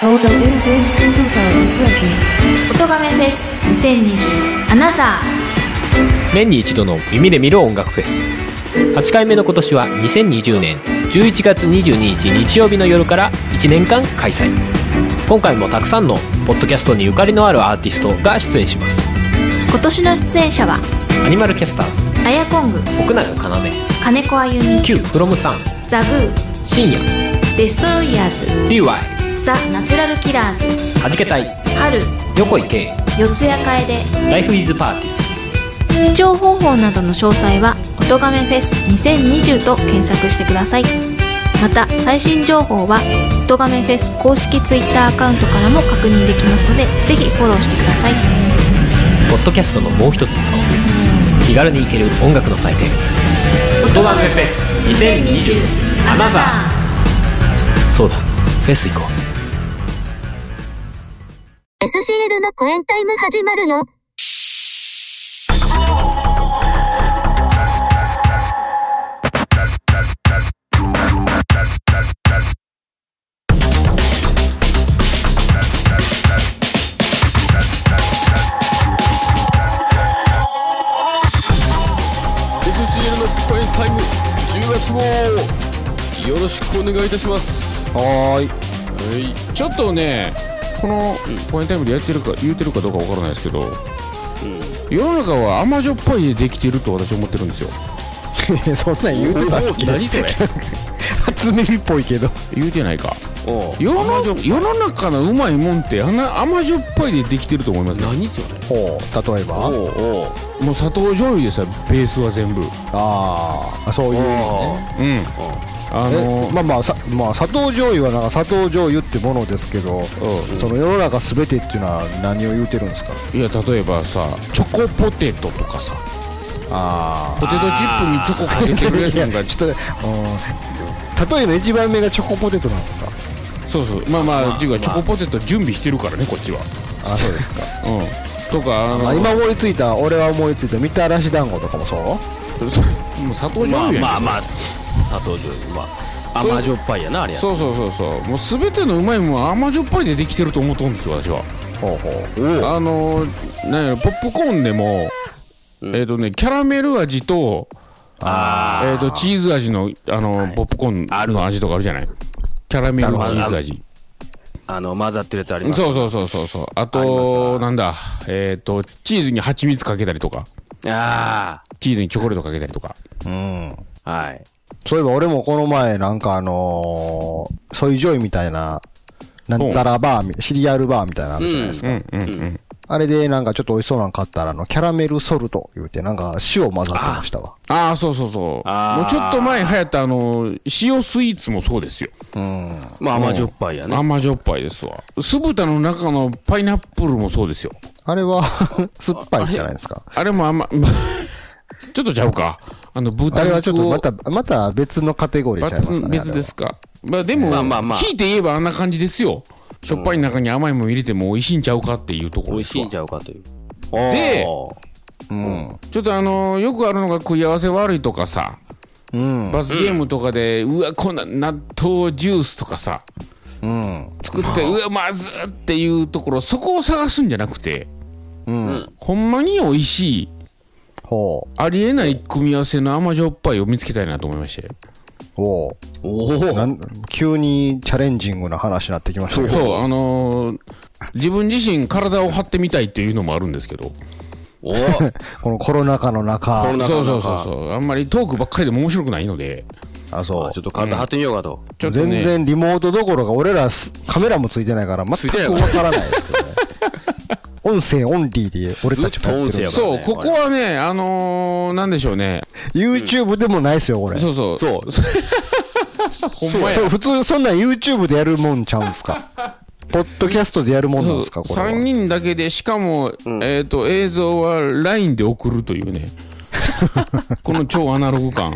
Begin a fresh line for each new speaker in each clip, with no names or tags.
Total Music 2020.
音画面です2020アナザ
年に一度の耳で見る音楽フェス8回目の今年は2020年11月22日日曜日の夜から1年間開催今回もたくさんのポッドキャストにゆかりのあるアーティストが出演します
ー今年の出演者は
アニマルキャスターズ
アヤコング
奥永要
金子あゆみ
Q フロムサン
ザグ
深夜
ーデストロイヤー
DY
ズザ・ナチュラルキラーズ
はじけたい
春
横井圭
四谷楓
ライフイズパーティー
視聴方法などの詳細は「音がめフェス2020」と検索してくださいまた最新情報は「音がめフェス」公式 Twitter アカウントからも確認できますのでぜひフォローしてください
ポッドキャストのもう一つの顔気軽に行ける音楽の祭典音ガメフェス2020アナザーそうだフェス行こう
SCL のコエンタイム始まるよ。
SCL の公演タイム10月号よろしくお願いいたします
はーい
はいちょっとねこの公演タイムでやってるか言うてるかどうかわからないですけど、世の中は甘じょっぱいでできていると私は思ってるんですよ
いや そんなん言うてたっけ
何それ
初耳っぽいけど
言うてないか世の世の中のうまいもんってあんな甘じょっぱいでできてると思いますね
ほう例えば
もう砂糖醤油でさベースは全部うん
ああそういうのね
あの
えまあまあさまあ砂糖醤油はなんか砂糖醤油ってものですけどその世の中すべてっていうのは何を言うてるんですか
いや例えばさチョコポテトとかさ
あ
ポテトチップにチョコかけてるやつなんか
ちょっとうん例えば一番目がチョコポテトなんですか
そうそうまあまあ、っていうかチョコポテト準備してるからねこっちは
あそうですか
うんとかあの
まあ今思いついた俺は思いついたみたらし団子とかもそう
そうもう砂糖醤
まあ
油やん、
まあまあ砂糖醤油まあ
そう
甘じょっぱいやなあれや
そうそうそうそうもう全てのうまいもんは甘じょっぱいでできてると思っとるんですよ私は
ほうほう
あのーなんやろポップコーンでも、えっ、とねキャラメル味と
あ
えっ、とチーズ味のあの、ポップコーンの味とかあるじゃないキャラメルチーズ味
あの混ざってるやつあります
そうそうそうそうそうあ
あります
と
な
なんだえっ、とチーズに蜂蜜かけたりとか
あ
チーズにチョコレートかけたりとか
あはい
そういえば俺もこの前なんかあのー、ソイジョイみたいな、なんたらバーみ、シリアルバーみたいなのあるじゃないですか。
うんうんうん
あれでなんかちょっと美味しそうなの買ったら、あの、キャラメルソルト言うて、なんか塩混ざってましたわ。
ああ、そうそうそう。も
あー
うちょっと前流行ったあの、塩スイーツもそうですよ。
まあ甘じょっぱいやね
甘じょっぱいですわ。酢豚の中のパイナップルもそうですよ。
あれは、 酸っぱいじゃないですか。
あれも甘、 まちょっとちゃうか。あの、
あ
豚
れ
肉を。
はちょっとまた、また別のカテゴリーちゃいますかね。
別別ですか。まあでも、
まあまあまあ
ひいて言えばあんな感じですよ。しょっぱい中に甘いもん入れても美味しいんちゃうかっていうところで
美味
す
し
わ
いんちゃうかという
で
おー
ちょっとあのよくあるのが食い合わせ悪いとかさ、罰ゲームとかで、うわ、こんな納豆ジュースとかさ、作って、うわ、まずっっていうところ、そこを探すんじゃなくて、ほんまに美味しい、
ほ
ありえない組み合わせの甘じょっぱいを見つけたいなと思いまして。
う。ほう。
お
な
お
ん急にチャレンジングな話になってきましたけど。
そう、あのー自分自身体を張ってみたいっていうのもあるんですけど、
おー
このコロナ禍の中。
コロナ
そうそうそうそう、あんまりトークばっかりでも面白くないので、
あ、
ま
そ
あ
う
ちょ。っと体張ってみようかと
ちょっと
全
ね、
然リモートどころか、俺らすカメラもついてないから、
つ
全
いてない
く
か
わから
ら
ないですけ どね。音声オンリーで俺たちもやって
ず
る
っと音声やか。ら
そう、ここはね、あのーなんでしょうね、
YouTube でもないですよ、これ。
そうそう。
そう
ほんまや
そう、普通、そんなん YouTube でやるもんちゃうんすか。ポッドキャストでやるもんなんですか、これ
3
は。
人だけで、しかも、えっ、と、映像は LINE で送るというね。 この超アナログ感。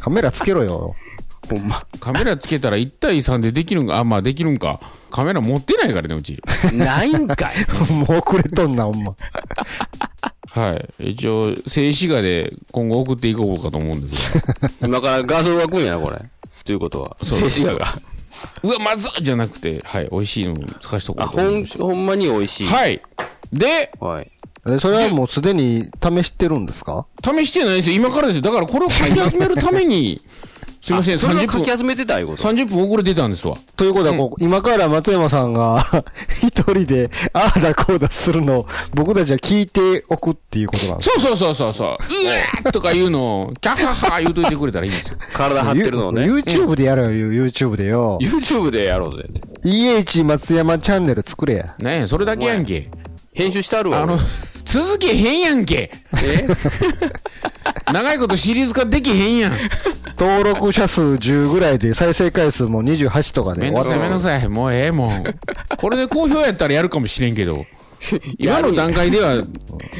カメラつけろよ。
ほんま
カメラつけたら1対3でできるんか。あ、まあできるんか。カメラ持ってないからね、うち。
ないんかい
もう遅れとんな、ほんま。
はい。一応、静止画で今後 送っていこうかと思うんですが。
今から画像が来るんやなこれということは静止画が
うわまずっじゃなくてはい美味しいの探しとこ
あ、
うと思
ほ
い
ん、
まし
ほんまに美味しい。
たはいで
はい。
えそれはもうすでに試してるんですか
試してないですよ今からですよだからこれをかき集めるため にすいません
あそれを
30
かき
分
集めてたいうこと。
30分遅れてたんですわ
ということは、こう今から松山さんが 一人でああだこうだするのを僕たちは聞いておくっていうことなんです
そうそうそうそうそううわーとか言うのをキャッハッハー言うといてくれたらいいんですよ
体張ってるのをね。
YouTube でやろうよ、YouTube でよ。
YouTube でやろうぜ。
EH 松山チャンネル作れや。
ねえそれだけやんけ
編集してあるわ。
あの
俺
続けへんやんけ
え
長いことシリーズ化できへんやん
登録者数10ぐらいで再生回数も28とかで
め
終
ん
わ
ど
っ
くさいめんどくさいもうええもんこれで好評やったらやるかもしれんけど今の段階では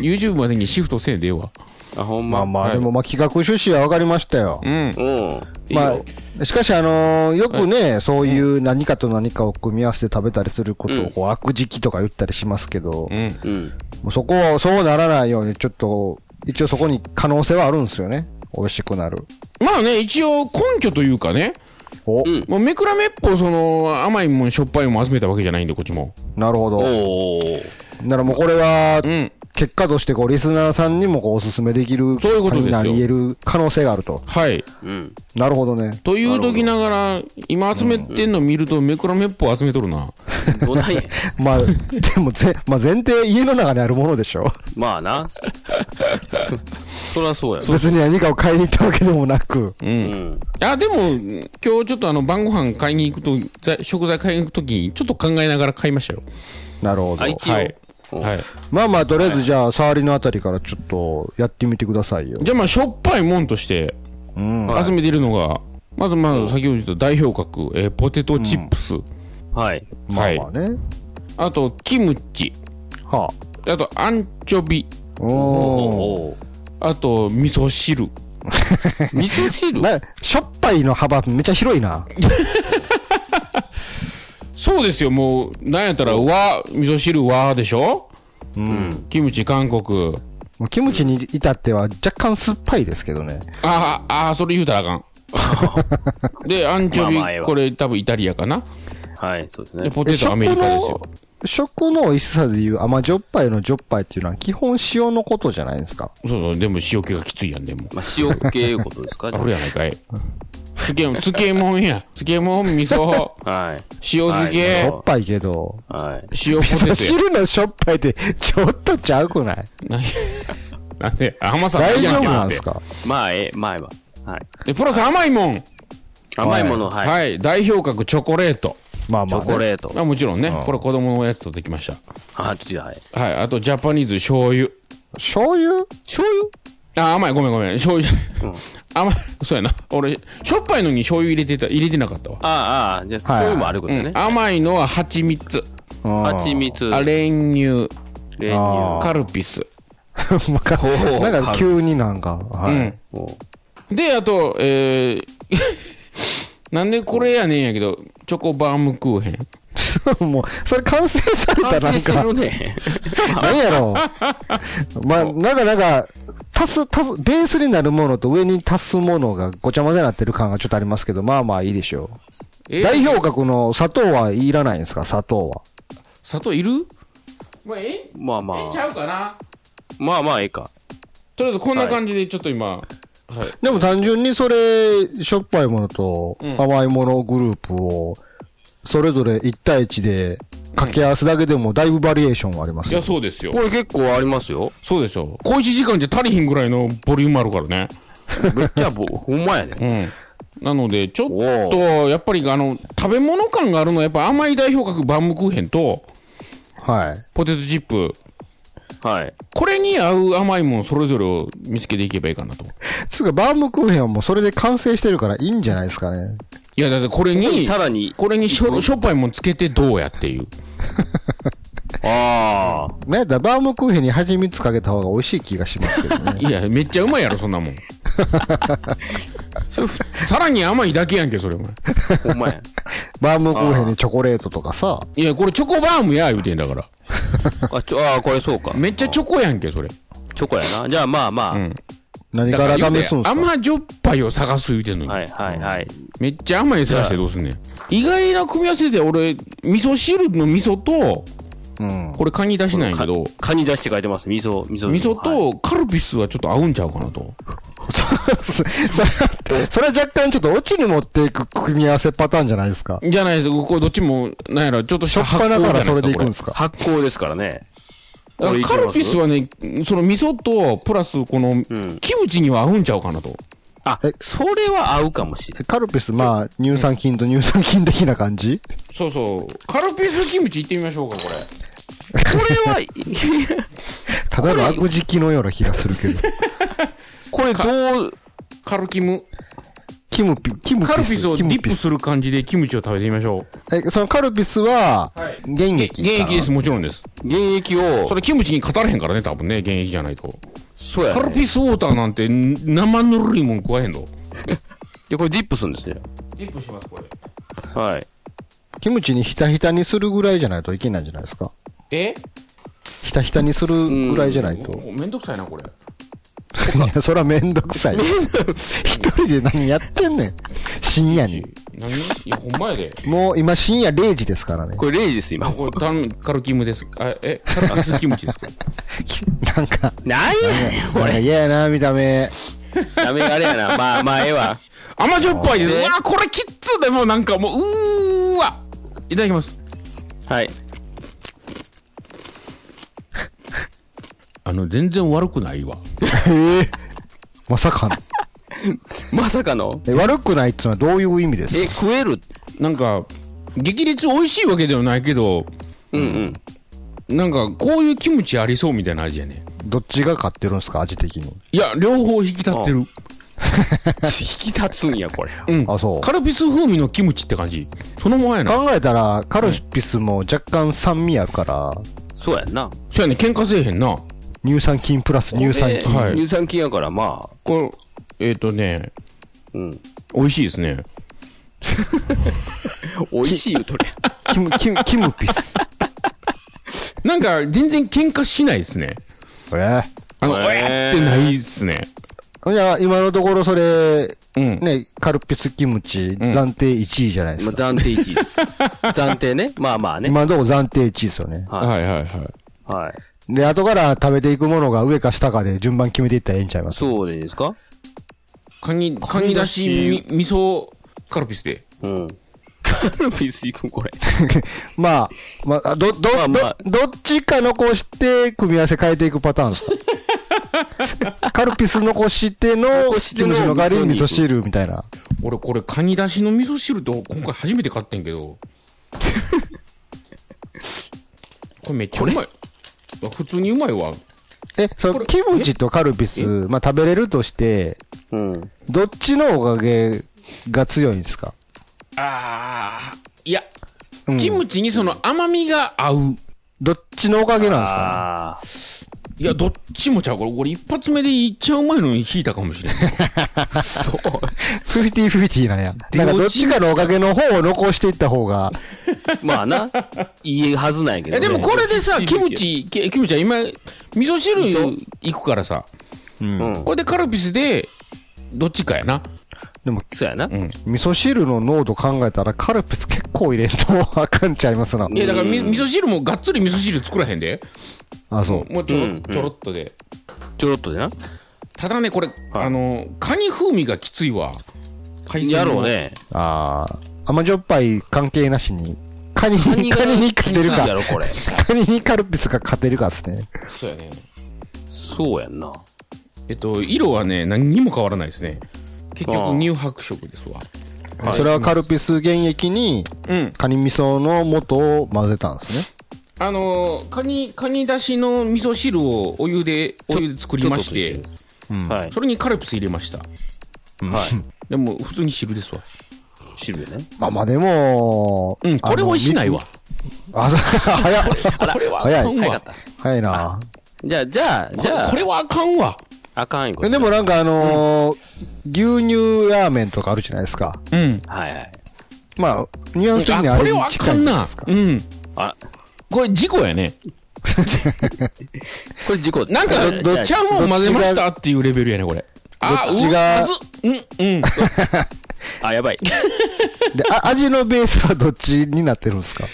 YouTube までにシフトせんでええわ
あ、ほん
まあ
ま。
まあ、でもまあ企画趣旨は分かりましたよ。
うん
うん。いい
ま
よ
あ、しかし、あのーよくね、そういう何かと何かを組み合わせて食べたりすることを、こう、悪時期とか言ったりしますけど、
うん
うん。
もうそこを、そうならないように、ちょっと、一応そこに可能性はあるんですよね。美味しくなる。
まあね一応根拠というかね
お、
ん
もうめくらめっぽその甘いもんしょっぱいもん集めたわけじゃないんでこっちも
なるほど。
おー。
ならもうこれは
う、ん
結果として、こう、リスナーさんにも、こう、おすすめできる、
そういうことですよ
になり得る可能性があると。
はい
うん。
なるほどね。
という時ながら今集めてんの見るとめくらめっぽ集めとるな
どないや
まあ、でもぜ、まあ前提、家の中にあるものでしょ。
まあな。そそらそうやろ。
別に何かを買いに行ったわけでもなく。
うん、
う
い
ん。
やでも今日ちょっとあの晩ご飯買いに行くとざ食材買いに行く時にちょっと考えながら買いましたよ
なるほど
あ、。一応。
はい
お
はい
まあまあ、とりあえずじゃあ、沙織のあたりからちょっとやってみてくださいよ。
じゃあまあしょっぱいもんとして
うん。
はい
集めているのが、まずまず先ほど言った代表格、えーポテトチップス、
はい。
ま
は
あ
い
まあね。
あとキムチ
はあ。
あとアンチョビ
おー。
おー。
あと味噌汁
味噌汁
な、しょっぱいの幅めっちゃ広いな。
そうですよもうなんやったら和味噌汁和でしょ
うん。
キムチ韓国
もうキムチに至っては若干酸っぱいですけどね。
ああああそれ言うたらあかん でアンチョビ、
まあまあええわ
これ多分イタリアかな
はい、そうです
で
ね。
ポテ
え
トアメリカですよ
食の、食の美味しさでいう甘じょっぱいのじょっぱいっていうのは基本塩のことじゃないですか。
そうそうでも塩気がきついやんでも
まあ、塩系いうことですか
あるやないかい 漬物漬物や漬物味 噌
はい。
塩漬け、
はい
しょっぱいけど。
はい。
塩ポ
味噌
テトや
汁のしょっぱいってちょっとちゃうくない
なんで甘さ
大
ないやん
丈夫
け
な
なんんて
ですか
まあ、え、前は。はい。
でプラス甘いもん
甘いもの、
は、
はいい。
代表格チョコレート
まあま
チ
あ
ョコ
ね。
レート。
あもちろんねこれ子供のおやつとできまし
あ、ちょっとはい。
たはいあとジャパニーズ醤油
醤油
醤油あ甘いごめんごめん醤油じゃない、甘いそうやな俺しょっぱいのに醤油入れてた入れてなかったわ、
ああ、ああ、じゃあ、そういうのもあること
う
ね
ん。甘いのは蜂蜜
うん
蜂蜜、
あ練乳
練乳。
カルピス
わか
ほうほう
なんか急になんか、はい。
お
であとえー なんでこれやねんやけどチョコバームクーヘン
もう、それ完成された
完
な
成
ん
して
か、
るね。
何やろう。まあ、なんかなんか、足す、足す、ベースになるものと上に足すものがごちゃ混ぜになってる感がちょっとありますけど、まあまあいいでしょ
えー
う。代表格の砂糖はいらないんですか砂糖は。
砂糖いるまあえ
まあま
えち
あ、
ゃうかな
まあまあ、ええか。
とりあえずこんな感じでちょっと今、はい
でも単純にそれ、しょっぱいものと
うん
甘いものグループを、それぞれ1対1で掛け合わせだけでもだいぶバリエーションはありま
い、
すよ
やそうですよ
これ結構ありますよ。
そうですよ小一時間じゃ足りひんぐらいのボリュームあるからね
めっちゃ、ぼ、 ほんまやね。
うんなのでちょ
お
っとやっぱりあの食べ物感があるのはやっぱ甘い代表格バームクーヘンと
はい。
ポテトチップ
はい。
これに合う甘いもんそれぞれを見つけていけばいいかなと
つうか、バームクーヘンはもうそれで完成してるからいいんじゃないですかね。
いやだってこれに
さらに、
これにしょしょっぱいもんつけてどうやっていう
ああ、
ねだバームクーヘンに蜂蜜かけた方が美味しい気がしますけどね。
いやめっちゃうまいやろそんな もんそれふさらに甘いだけやんけそれお前
ほんまや。
バームクーヘンにチョコレートとかさ、
いやこれチョコバームや言うてんだから
あ、ちょ、ああ、これそうか。
めっちゃチョコやんけそれ
チョコやな。じゃあ、まあまあ、
何
だ
か
からら
改め
言う
すん
て
すか
甘じょっぱいを探す言うてんのに、
はいはいはい。
めっちゃ甘いの探してどうすんねん意外な組み合わせで俺味噌汁の味噌と
うん。
これカニ出しないけど
カニ出して書いてます。味噌、味噌。
味噌
はい、
とカルピスはちょっと合うんちゃうかなと、
そそれは、それは若干ちょっとオチに持っていく組み合わせパターンじゃないですか。
じゃないですこれどっちもなんやらちょっとし
しょ
た
っぱなからそれでい
こ
くんですか
発酵ですからね。
だからカルピスはねその味噌とプラスこの
ん
キムチには合うんちゃうかなと、
あ
え、
それは合うかもしれ
カルピス、まあ、乳酸菌と乳酸菌的な感じ
そうそうカルピスキムチいってみましょうかこれ
ない。これは、
ただの悪食のような気がする けど。
これどう、
カルキム
キムピ、キムピス。
カルピスをディ
キム
ップする感じでキムチを食べてみましょう
え、そのカルピスは、原
現
液。
役ですもちろんです
現役を
そ、れキムチに語れへんからね多分ね現役じゃないと
そうや
カ
ね。
ルピスウォーターなんてん生ぬるいもん食わへんの
で、これディップするんですね。
ディップしますこれ
はい。
キムチにひたひたにするぐらいじゃないといけないんじゃないですか。
え
ひたひたにするぐらいじゃないと。
もうめんどくさいなこれ
い や、そらめんどくさい。一人で何やってんねん。深夜に。
何いやほんまやで
もう今深夜0時ですからね。
これ0時です、 今。
これ頼むカルキムですあえカルピスキムチですか
なんか、
ない
なんか嫌やな、見た目。
ダメあれやな。まあまあ、ええわ。
甘じょっぱいですうわこれきっつでもうなんかもううーわいただきます
はい。
あの全然悪くないわ
へえ。まさかの。
まさかの
え悪くないってのはどういう意味です
え、食える
なんか激烈美味しいわけではないけど
うんうん。
なんかこういうキムチありそうみたいな味やね
どっちが勝ってるんですか、味的に。
いや両方引き立ってる
引き立つんや、これ。
うん
あ、そう。
カルピス風味のキムチって感じそのままやな
考えたら、カルピスも若干酸味あるから、
そうやんな。
そうやね喧嘩せえへんな
乳酸菌プラス乳酸
えー
菌。
はい
乳酸菌やから、まあ。
これえっ、とね
うん。
美味しいですね
美味しいよ、とり
キム、キム、キムピス。
なんか全然喧嘩しないですね
ええ
あの、
へー
おえってないっすね
じゃあ、今のところそれ、
うん
ね、カルピスキムチ、暫定1位じゃないです
まあ、
か。
暫定1位です。暫定ね。まあまあね。
今のところ暫定1位ですよね。
はい
はいはい
はい。
で、後から食べていくものが上か下かで順番決めていったらええんちゃいます
そうでいいですか
カニカニだしみ味噌カルピスで
うん。カルピスいくん、これ。
まあ、まあ、ど、ど、
まあまあ
ど、どっちか残して、組み合わせ変えていくパターン ですかカルピス残しての、
残しての
キムチの代わりに味
味噌
噌汁みたいな。
俺これカニだしの味噌汁と今回初めて買ってんけど これめっちゃうまいあ普通にうまいわ
え、そのキムチとカルピス、まあ食べれるとして、
うん。
どっちのおかげが強いんですか
あーいや、
うん
キムチにその甘みが合う
どっちのおかげなんですか
ああ。
いやどっちもちゃうこれ俺一発目でいっちゃうまいのに引いたかもしれない
そう。
フィフティフィフティなんや。だからどっちかのおかげの方を残していった方が、
まあな。いいはずなんやけど、
え
ね。
でもこれでさキムチキキムチは今味噌汁
味噌
いくからさ
うん。
これでカルピスでどっちかやな
そうやな。
味噌汁の濃度考えたらカルピス結構入れんとあかんちゃいますな。
いやだからみ味噌汁もがっつり味噌汁作らへんで
あ、そう。
もうちょろ,、
うんうん
ちょろっとで
ちょろっとでな。
ただねこれ、あのカニ風味がきついわ海鮮の
やろうね。
ああ、甘じょっぱい関係なしに、カニに、カニに勝てる
気づいやろ、
か、
これ。
カニにカルピスが勝てるかですね。
そうやね
そうやんな。
えっと色はね何にも変わらないですね結
あ
局
あ
乳白色ですわ
それはカルピス原液に、
うん
カニ味噌の素を混ぜたんですね。
あのーカニカニだしの味噌汁をお湯でお湯で作りまして
はい。
それにカルピス入れました
はい。
でも普通に汁ですわ
汁やね。
まあまあでも、
うんこれ美味しないわ
あの。みあ、そう早っ。
これはあ
早い
かん
早か
わ
った。
早いな。
じゃあ、じゃあ、じゃあ、
これはあかんわ
あかんよ。こ
え
れ
でもなんかあのー牛乳ラーメンとかあるじゃないですか。
うん
はいはい。
まあ、ニュアンス的に
あ
あ
こ
れ
れ
に
はあ
近
か
い
ん
じゃない
な
ですか。
うん
あ、
これ事故やね
これ事故
なんか
じゃあ
どちゃうもん混ぜましたっていうレベルやねこれあ、
どっちが
うまず、うん、うん。
あ、やばい。
で、あ味のベースはどっちになってるんですか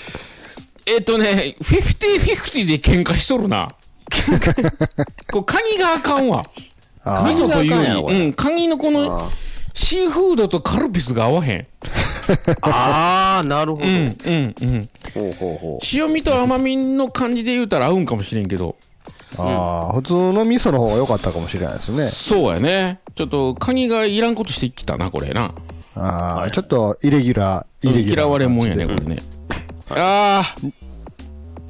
えっとね、フィフティフィフティで喧嘩しとる な。これカニがあかんわ。
あー
味噌という
カニがあかんやろ
よ
こ
り、
れ
うん、カニのこのシーフードとカルピスが合わへん。
あー、なるほど。
うん、うん、うん。
ほうほうほ
塩味と甘みの感じで言うたら合うんかもしれんけど。
ああ、普通の味噌の方が良かったかもしれないですね。
そうやね。ちょっとカニがいらんことしてきたな、これな。
ああ、ちょっとイレギュラー、イレギュラー。
嫌われもんやね、これね。ああ、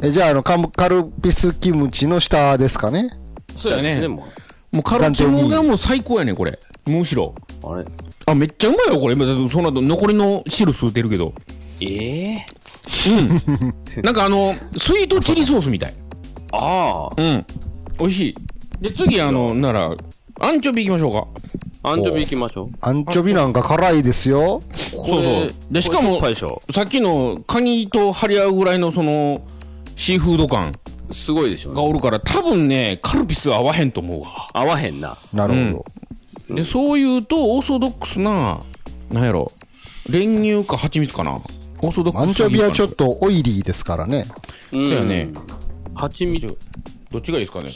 え。じゃあ、あの、カムカルピスキムチの下ですかね
う。
そうやね
ですも
もうカルキモがもう最高やね、これ。むしろ。
うあれ
あ、めっちゃうまいよ、これ。今だってその後残りの汁吸うてるけど。
ええ
なんかあの、スイートチリソースみたい。
あ
うん。美味しい。で、次、あの、なら、アンチョビ行きましょうか。
あ。アンチョビ行きましょう。
アンチョビなんか辛いですよ。
そうそうでしかも
これしょっぱいで
さっきのカニと張り合うぐらいのその、シーフード感
しょすごいでしょ、
がおるから、多分ね、カルピスは合わへんと思うわ。
合わへんな。
なるほ
で、そういうと、オーソドックスな、なんやろ、練乳か蜂蜜かな。オーソドック
ど。
ス
アンチョビはちょっ
と。
とオイリーですからね。
そう
そうやね。。
蜂蜜
どっちがいいですかね。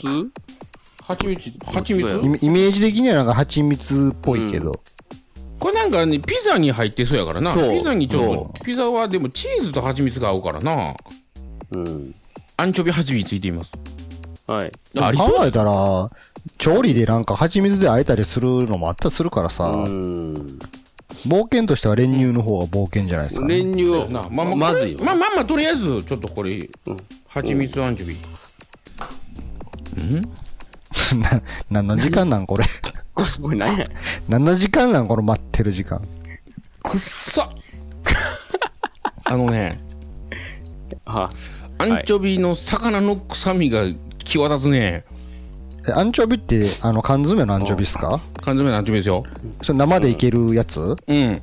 蜂蜜、蜂
どっちだ
蜜
よ
イメイメージ的にはなんか蜂蜜っぽいけど。
これなんかね、ピザに入ってそうやからな。
そう
ピザにちょっ
そ
と、ピザはでもチーズと蜂蜜が合うからな。
うん。
アンチョビ蜂蜜ついています。
はい。
あり
で
そ
も
う
考えたら、調理でなんか蜂蜜であえたりするのもあったりするからさ、
うん。
冒険としては練乳の方が冒険じゃないですか、ね。
練乳を、
な
ままずいよ。
まあまあまあとりあえずちょっとこれ蜂蜜アンチョビ
な何の時間なんこれ。
これすごい、なんや。
何の時間なんこの待ってる時間。
くっさあのね
あ、
アンチョビの魚の臭みが際立つね
えアンチョビって、あの、缶詰のアンチョビっすか
缶詰のアンチョビですよ
それ生でいけるやつ、
うん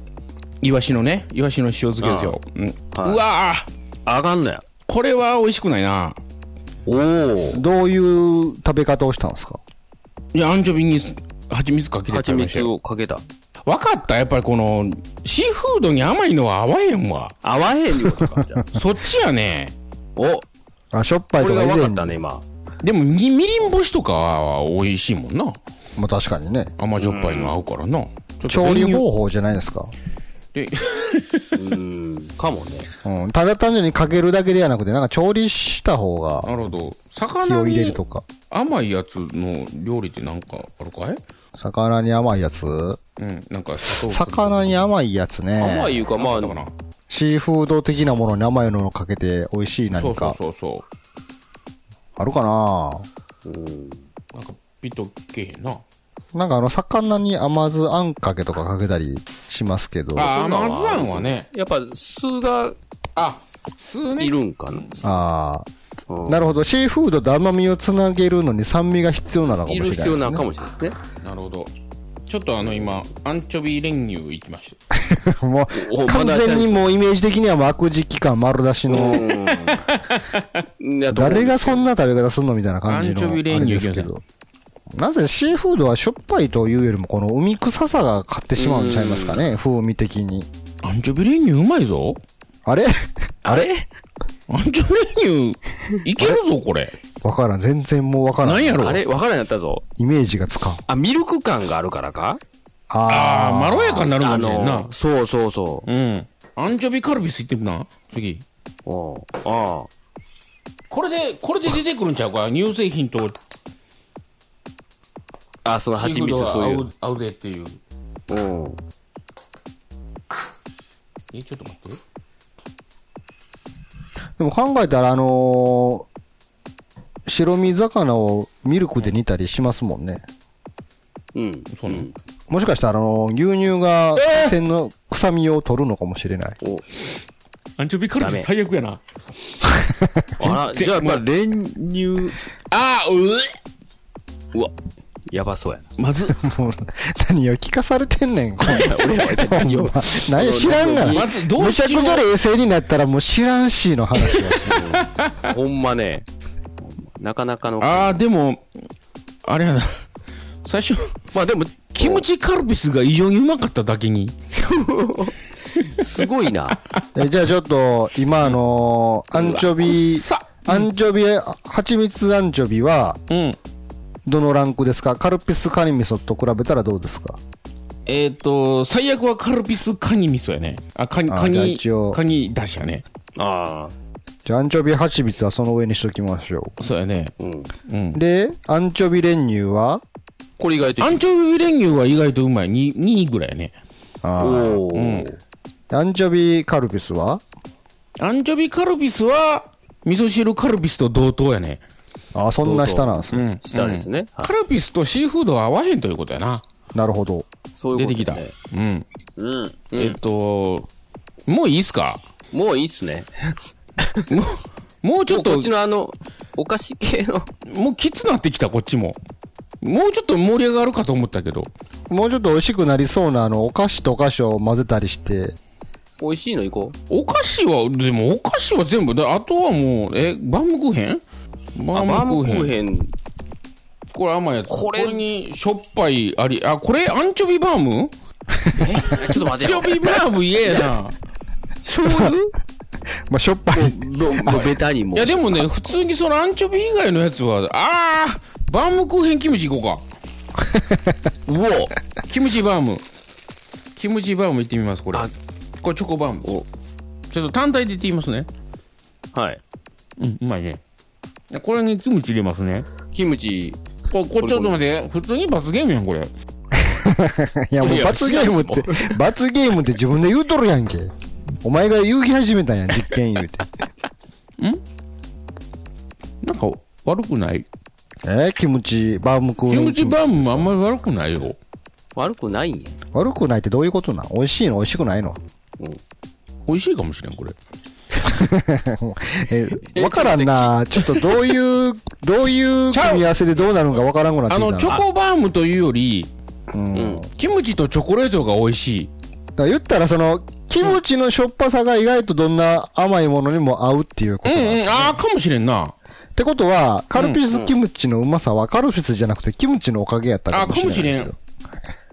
イワシのねイワシの塩漬けですよ、うん
はいう
わー
あかんのや。
これは美味しくないな
おお。
どういう食べ方をしたんですか
いやアンチョビに蜂蜜かけて
蜂
食べまし
蜜
たよ
をかけた。
分かったやっぱりこのシーフードに甘いのは合わへんわ
合わへんいうことか、じゃあ
そっちやね
お、こ
あ、しょっぱいと
れ
か
が分
以前
か
に
ったね、今。
でもみみりん干しとかは美味しいもんな
まあ確かにね。
甘じょっぱいの合うからな、ちょっと
調理
練乳
方法じゃないですか。
で
うん。かもね。
うん。ただ単純にかけるだけではなくて、なんか調理した方が
なるほど
火
魚
を入れる
に
とか。
甘いやつの料理ってなんかあるかい
魚に甘いやつ
うんなんか砂糖
魚に甘いやつね。
甘いいうか、ま
あ
あ
った、かな
シーフード的なものに甘いのをかけて美味しい
そ
何
うそう
か
そうそ
あるかな
うなんかピッとけえへんな
なんかあの魚に甘酢あんかけとかかけたりしますけど。あ
あ甘酢あんはね
やっぱ酢が
あ酢ね
いるんかな。
あ
うん
ー。なるほど。シーフードと甘みをつなげるのに酸味が必要なのかもし
い
れない
る
です、ね。
必要なんかもしれないですね。
なるほどちょっとあの今アンチョビ練乳いきました
も
お
う、
お
完全に
まだ
もうイメージ的にはもう悪時期間丸出しの、
やと思うん
誰
で
が
すけ
そ
ど
んな食べ方すんのみたいな感じの。
アンチョビ練乳
あれですけ
い
ど。なぜシーフードはしょっぱいというよりも、この海臭さが勝ってしまうんちゃいますかね、風味的に。
アンチョビ練乳うまいぞ
あれ
あれ
アンチョビ練乳いけるぞこれ
わからん。全然もうわから
なん
ん。
やろ
あれわからんやったぞ。
イメージがつかん。
あ、ミルク感があるからか
ああ、まろやかになるか
あ
もしれんな
の、。そうそうそう。
うん。アンチョビカルビスいってみな。次。
おうあ
これで、これで出てくるんちゃうか乳製品と
あ。あ、その
シ
蜂
ーフー
蜜
ドは
そうい
合
う
う。合うぜってい
う
う。
ん。
え、ちょっと待って。
でも考えたら、あのー白身魚をミルクで煮たりしますもんね。
うん。
そうね。
もしかしたら、あのー牛乳が、鮮の臭みを取るのかもしれない。
お
アンチョビカルビス最悪やな。
あら、じゃあやっぱ練乳、
あー、う
うわ、やばそうやな。
えまず、
もう、何よ、聞かされてんねん、こん な何を。 何よ知らんがな。
まずどう
めちゃ
し
くち
よう
ゃ冷静になったら、もう知らんしの話だ し。
ほんまね。なかなかの。
あー、でも、あれやな。最初、
まあでも、
キムチカルピスが異常にうまかっただけに。
すごいな。
えじゃあちょっと、今あのーアンチョビ、
さ
アンチョビ、蜂蜜アンチョビは、
うん。
どのランクですかカルピスカニ味噌と比べたらどうですか
えっ、と、最悪はカルピスカニ味噌やね。あ、カニ、
あ
カ
じゃあ
ニ
一応、
カニだしやね。
ああ。
じゃあアンチョビ蜂蜜はその上にしときましょ
そうやね。
うん。
うん
う。。で、アンチョビ練乳は
これ意外とい
ア
い。
ンチョビ練乳は意外とうまい。2, 2位ぐらいやね。
あー
おお、
アンチョビカルピスは
アンチョビカルピスは、味噌汁カルピスと同等やね。
あーそんな下なんですね。
ん
したですね。はい
カルピスとシーフードは合わへんということやな。
なるほど。
そうい
出
うこ
て
と
きた。
ね
うん。
うん。
えっと、もういいっすか
もういいっすね。
もう、もうち
ち
ょっ
ょっ
と
と、こっちのあの、お菓子系の。
もうきつなってきた、こっちも。もうちょっと盛り上がるかと思ったけど。
もうちょっと美味しくなりそうな、あの、お菓子とお菓子を混ぜたりして、
美味しいの行こ
お菓子は、でもお菓子は全部、だあとはもう、え、バームクーヘン
う。
バ
あ、バームクー
ン。
ヘン。
これ甘いやつ。
これ
これにしょっぱいあり、あ、これアンチョビバーム
えちょっと
アン
待
チ
てよ。
ョビバーム嫌や な。
醤油
まあ、しょっぱい。
の、のベタにも。
いやでもね、普通にそのアンチョビ以外のやつは、あー、バームクーヘンキムチいこうか。 うおキムチバーム。キムチバームいってみます、これ
あ。
これチョコバームです。ちょっと単体で言ってみますね。
はい。
うん、うまいね。これにキムチ入れますね。
キムチ。
これ、これちょっと待って、普通に罰ゲームやん、これ。
いや、も
いうや
罰ゲームっ
違う
て、罰ゲームって自分で言うとるやんけ。お前が言うき始めたんやん、実験言うて。
なんか、悪くない
えーキムチ、バームクーヘ
キ
ン。
ムチバームもあんまり悪くないよ。
悪くないんや。
悪くないってどういうことなん美味しいの美味しくないの
美味しいかもしれん、これ。
え、わからんな。ちょっとどういう、どういう組み合わせでどうなるのかわからんくなって
あ
きたな
の、チョコバームというより、
うん。だ
キムチとチョコレートが美味しい。
から言ったら、その、キムチのしょっぱさが意外とどんな甘いものにも合うっていうこ
う
となんで
んう
す
ん、ああ、かもしれんな。
ってことは、カルピスキムチのうまさはカルピスじゃなくてキムチのおかげやった
あ
か
あ、
も
かもし
しれ
れ
ないで
ん
すよ。。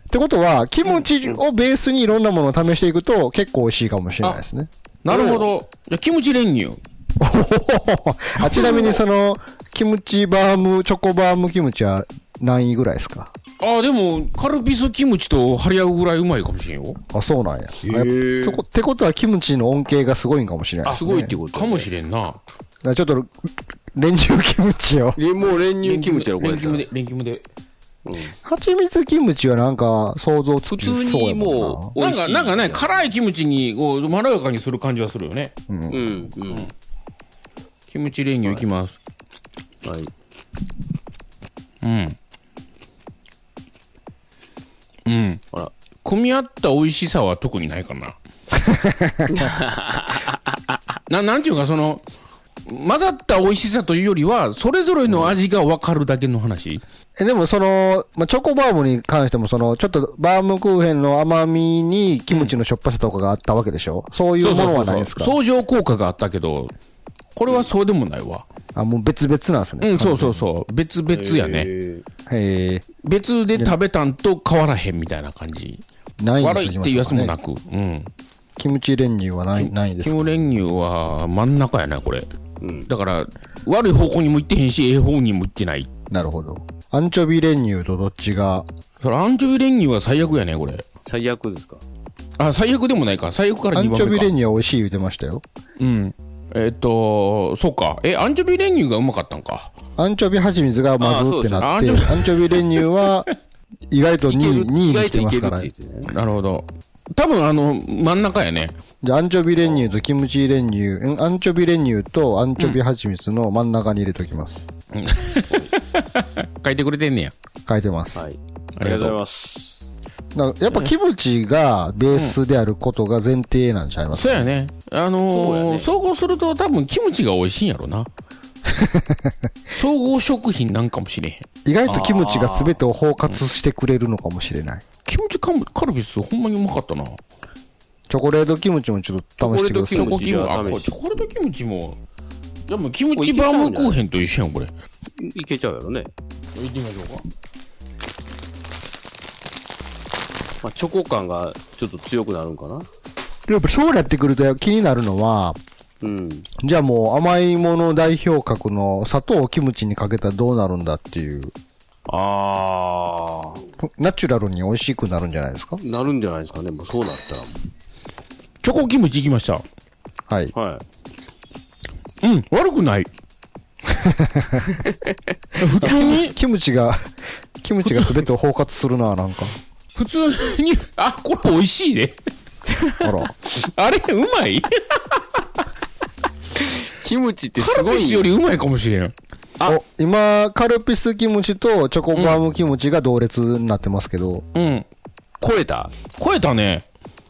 ってことは、キムチをベースにいろんなものを試していくと結構美味しいかもしれないですね。
なるほど。じゃあ、キムチ練乳。
あ、ちなみにその、キムチバーム、チョコバームキムチは何位ぐらいですか
ああ、でも、カルピスキムチと張り合うぐらいうまいかもしれんよ。
あ、そうなんや。あやっぱ
ー
ってこってことはキムチの恩恵がすごいんかもしれないですす、ね。
ごいってこと
かもしれんな。
だからちょっと、練乳キムチを。
れん。もう練乳キムチやろ、これ
練
やっ
キ
たら
ム。で、練キムで。
蜂蜜キムチはなんか想像つ
普
き
通
そう
に
やもんな。
もう、美
なん
味
か、
しい。
なんかね、辛いキムチに、こう、まろやかにする感じはするよね。
うん、うん。は
キムチ練乳いきます。
い。
うん。うん。
あら
混み合った美味しさは特にないか な。ななんていうか、その、混ざった美味しさというよりは、それぞれの味が分かるだけの話。
え、でもその、まあ、チョコバームに関しても、その、ちょっとバームクーヘンの甘みにキムチのしょっぱさとかがあったわけでしょ、そういうものはないですか
相乗効果があったけど、これはそうでもないわ。
あ、もう別々なんです
う
ね。
ん、そうそうそう。別々やね。
へえ、
別で食べたんと変わらへんみたいな感じ。
ないんです
悪いっていうやつもな
ね
く。うん。
キムチ練乳はない、ないんです
キ
か
ム練乳は真ん中やな、これ。だから、悪い方向にも行ってへんし、ええ方にも行ってない。
なるほど。アンチョビ練乳とどっちが、
それアンチョビ練乳は最悪やね、これ。
最悪ですか。
あ、最悪でもないか。最悪か
ア
ら2
ンチョ
番目
ビ
か
練。乳は美味しい言ってましたよ。
うん。えっと、そうか。え、アンチョビ練乳がうまかったんか。
アンチョビ蜂蜜がまずってな
あーそ
って、ア
う
ン
ですね
チョビ練乳 は意外と2
いけ
位、
る
2位
意
に
外
し
と
て
い
ま
け
す
る
か
っ
ら。
て
じ
言ってね。
なるほど。多分、あの、真ん中やね。
ゃあ、アンチョビ練乳とキムチ練乳、んアンチョビ練乳とアンチョビ蜂蜜の真ん中に入れときます。
書いてくれてんねや。
書いてます。
はい。
あ
あ
りがとうご
りがとう
ざ
ござ
い
います。
だからやっぱキムチがベースであることが前提なんちゃいます
そうやね。あ
そうや
のー、
ね
総合すると多分キムチが美味しいんやろな。総合食品なんかもしれへん。
意外とキムチが全てを包括してくれるのかもしれない。
キムチカムカルピスほんまにうまかったな。
チョコレートキムチもちょっと試してくださ
チ
チ
い
ョ
ョ
コレート
コ
キ
キ
ム
ム
チ
チ、あ、こ
じゃあ
れ
試して
チョコレートキムチも、でもキムチバームクーヘンと一緒やん、これ。
いけちゃうやろね。
行ってみましょうか。
まあ、チョコ感がちょっと強くなるんかな
やっぱそうなってくると気になるのは、
うん。
じゃあもう甘いもの代表格の砂糖をキムチにかけたらどうなるんだっていう、
あ
ナチュラルに美味しくなるんじゃないですか
ー。なるんじゃないですかね。もうそうなったら
チョコキムチいきました。
はい。
もう。はい。
うん、悪くない。普通に、
キムチが、 キムチが全てを包括するな、なんか。
普通に、あ、これ美味しいね。
あ ら。
あれ、うまいカ
キムチってす
ル
ご
ピス
い
よ。りうまいかもしれん。
お今、カルピスキムチとチョコバームキムチが同列になってますけど、
うん。
超えた
超えたね。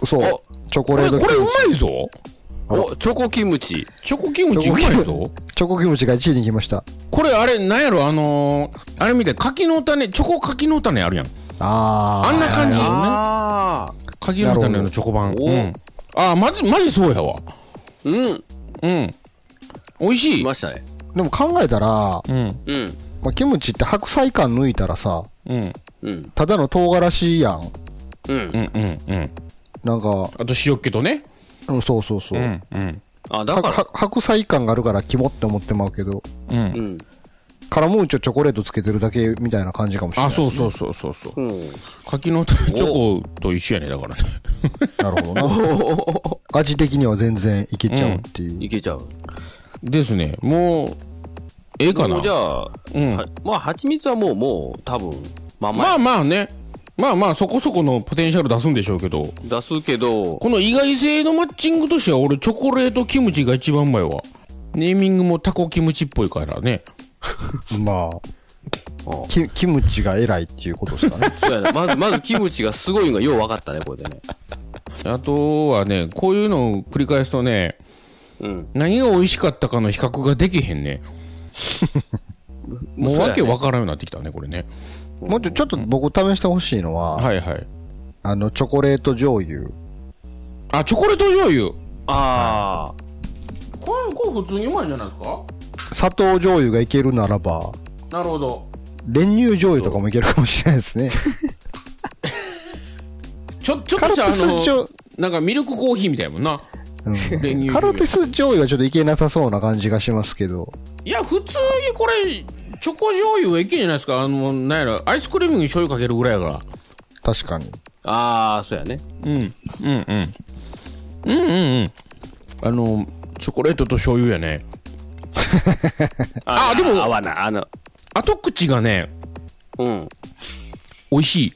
そう、チョコ
こ
レ
れ、
ート
こ
キム
れう
チ
まいぞ。
お、チョコキムチ。
チョコキムチうまいぞ。
チョコキムチが1位に来ました。
これ、あれ、なんやろ、あのー、あれみたい、柿の種、チョコ柿の種あるやん。
あー。
あんな感じよね。
あ
柿の種のチョコ版。
ほど
うん。あー、まじ、まじそうやわ。
ー。うん。
うん。美味し
い
い。
ましたね。
でも考えたら、ま
うん。
うん。
あ、キムチって白菜感抜いたらさ、
うん。
うん。
ただの唐辛子やん。
うん
う。ん。うん。うん。
なんか、
あと塩っ気とね。
うんそうそうそう。
うん。うん。
あ、だ
は
から。
は白菜感があるからキモって思ってまうけど、
うん
う。ん。
カラムーチョチョコレートつけてるだけみたいな感じかもしれな
あ、
い。
そうそうそうそうそう。
うん。
柿の種チョコと一緒やね、だからね。
なるほどな。味的には全然いけちゃうっていう。
いけちゃう。
ですね。もう、ええかな
もうじゃ。あ、は
うん
まあ、蜂蜜はもう、もう、多分、まあま
まあ
あ、
まあね。まあまあ、そこそこのポテンシャル出すんでしょうけど、
出すけど、
この意外性のマッチングとしては、俺、チョコレートキムチが一番うまいわ。ネーミングもタコキムチっぽいからね。
まあ、キキムチが偉いっていうことですかね。
そうやな。 まず、まずキムチがすごいのがよう分かったね、これでね。
あとはね、こういうのを繰り返すとね、
うん。
何が美味しかったかの比較ができへん ね。もう
そうやね
わけわからんようになってきたね、これね。
もうちょちょっと僕試してほしいのは、
はいはい。
あの、チョコレート醤油。
あ、チョコレート醤油。
あ
これ、これ普通にうまいんじゃないですか
砂糖醤油がいけるならば、
なるほど。
練乳醤油とかもいけるかもしれないですね。
ちょ、ちょっ
カ
と
ル
し
ピ
たあ
ス
の、
醤
なんかミルクコーヒーみたいやもんな。
うん
練乳
カルピ
ス
ス醤油はちょっといけなさそうな感じがしますけど。
いや、普通にこれ、チョコ醤油はいけんじゃないですか。あの、なんやろ、アイスクリームに醤油かけるぐらいやか
確かに。
あ。ああ、そうやね。
ら。うん。うんうん。うんうんうん。あの、チョコレートと醤油やね。 あでも
合わない。あの、
後口がね、
うん。
美味しい。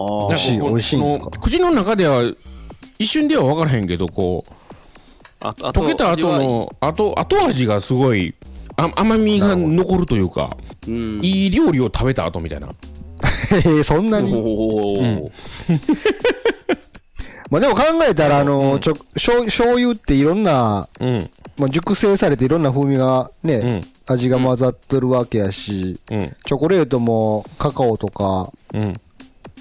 あ
美
ー
しい美味しいんですか
口の中では、一瞬では分からへんけど、こう、
あ。あと
溶けた後。の、後、後味がすごい、あ甘みが残るというか、
味わいうん。
いい料理を食べた後みたいな。
えーそんなに。
おー
まあでも考えたら、あの、ちょ、醤醤油っていろんな、
うん。
まあ、熟成されていろんな風味がね、
うん
味が混ざってるわけやし、
うん。
チョコレートもカカオとか、
うん。
い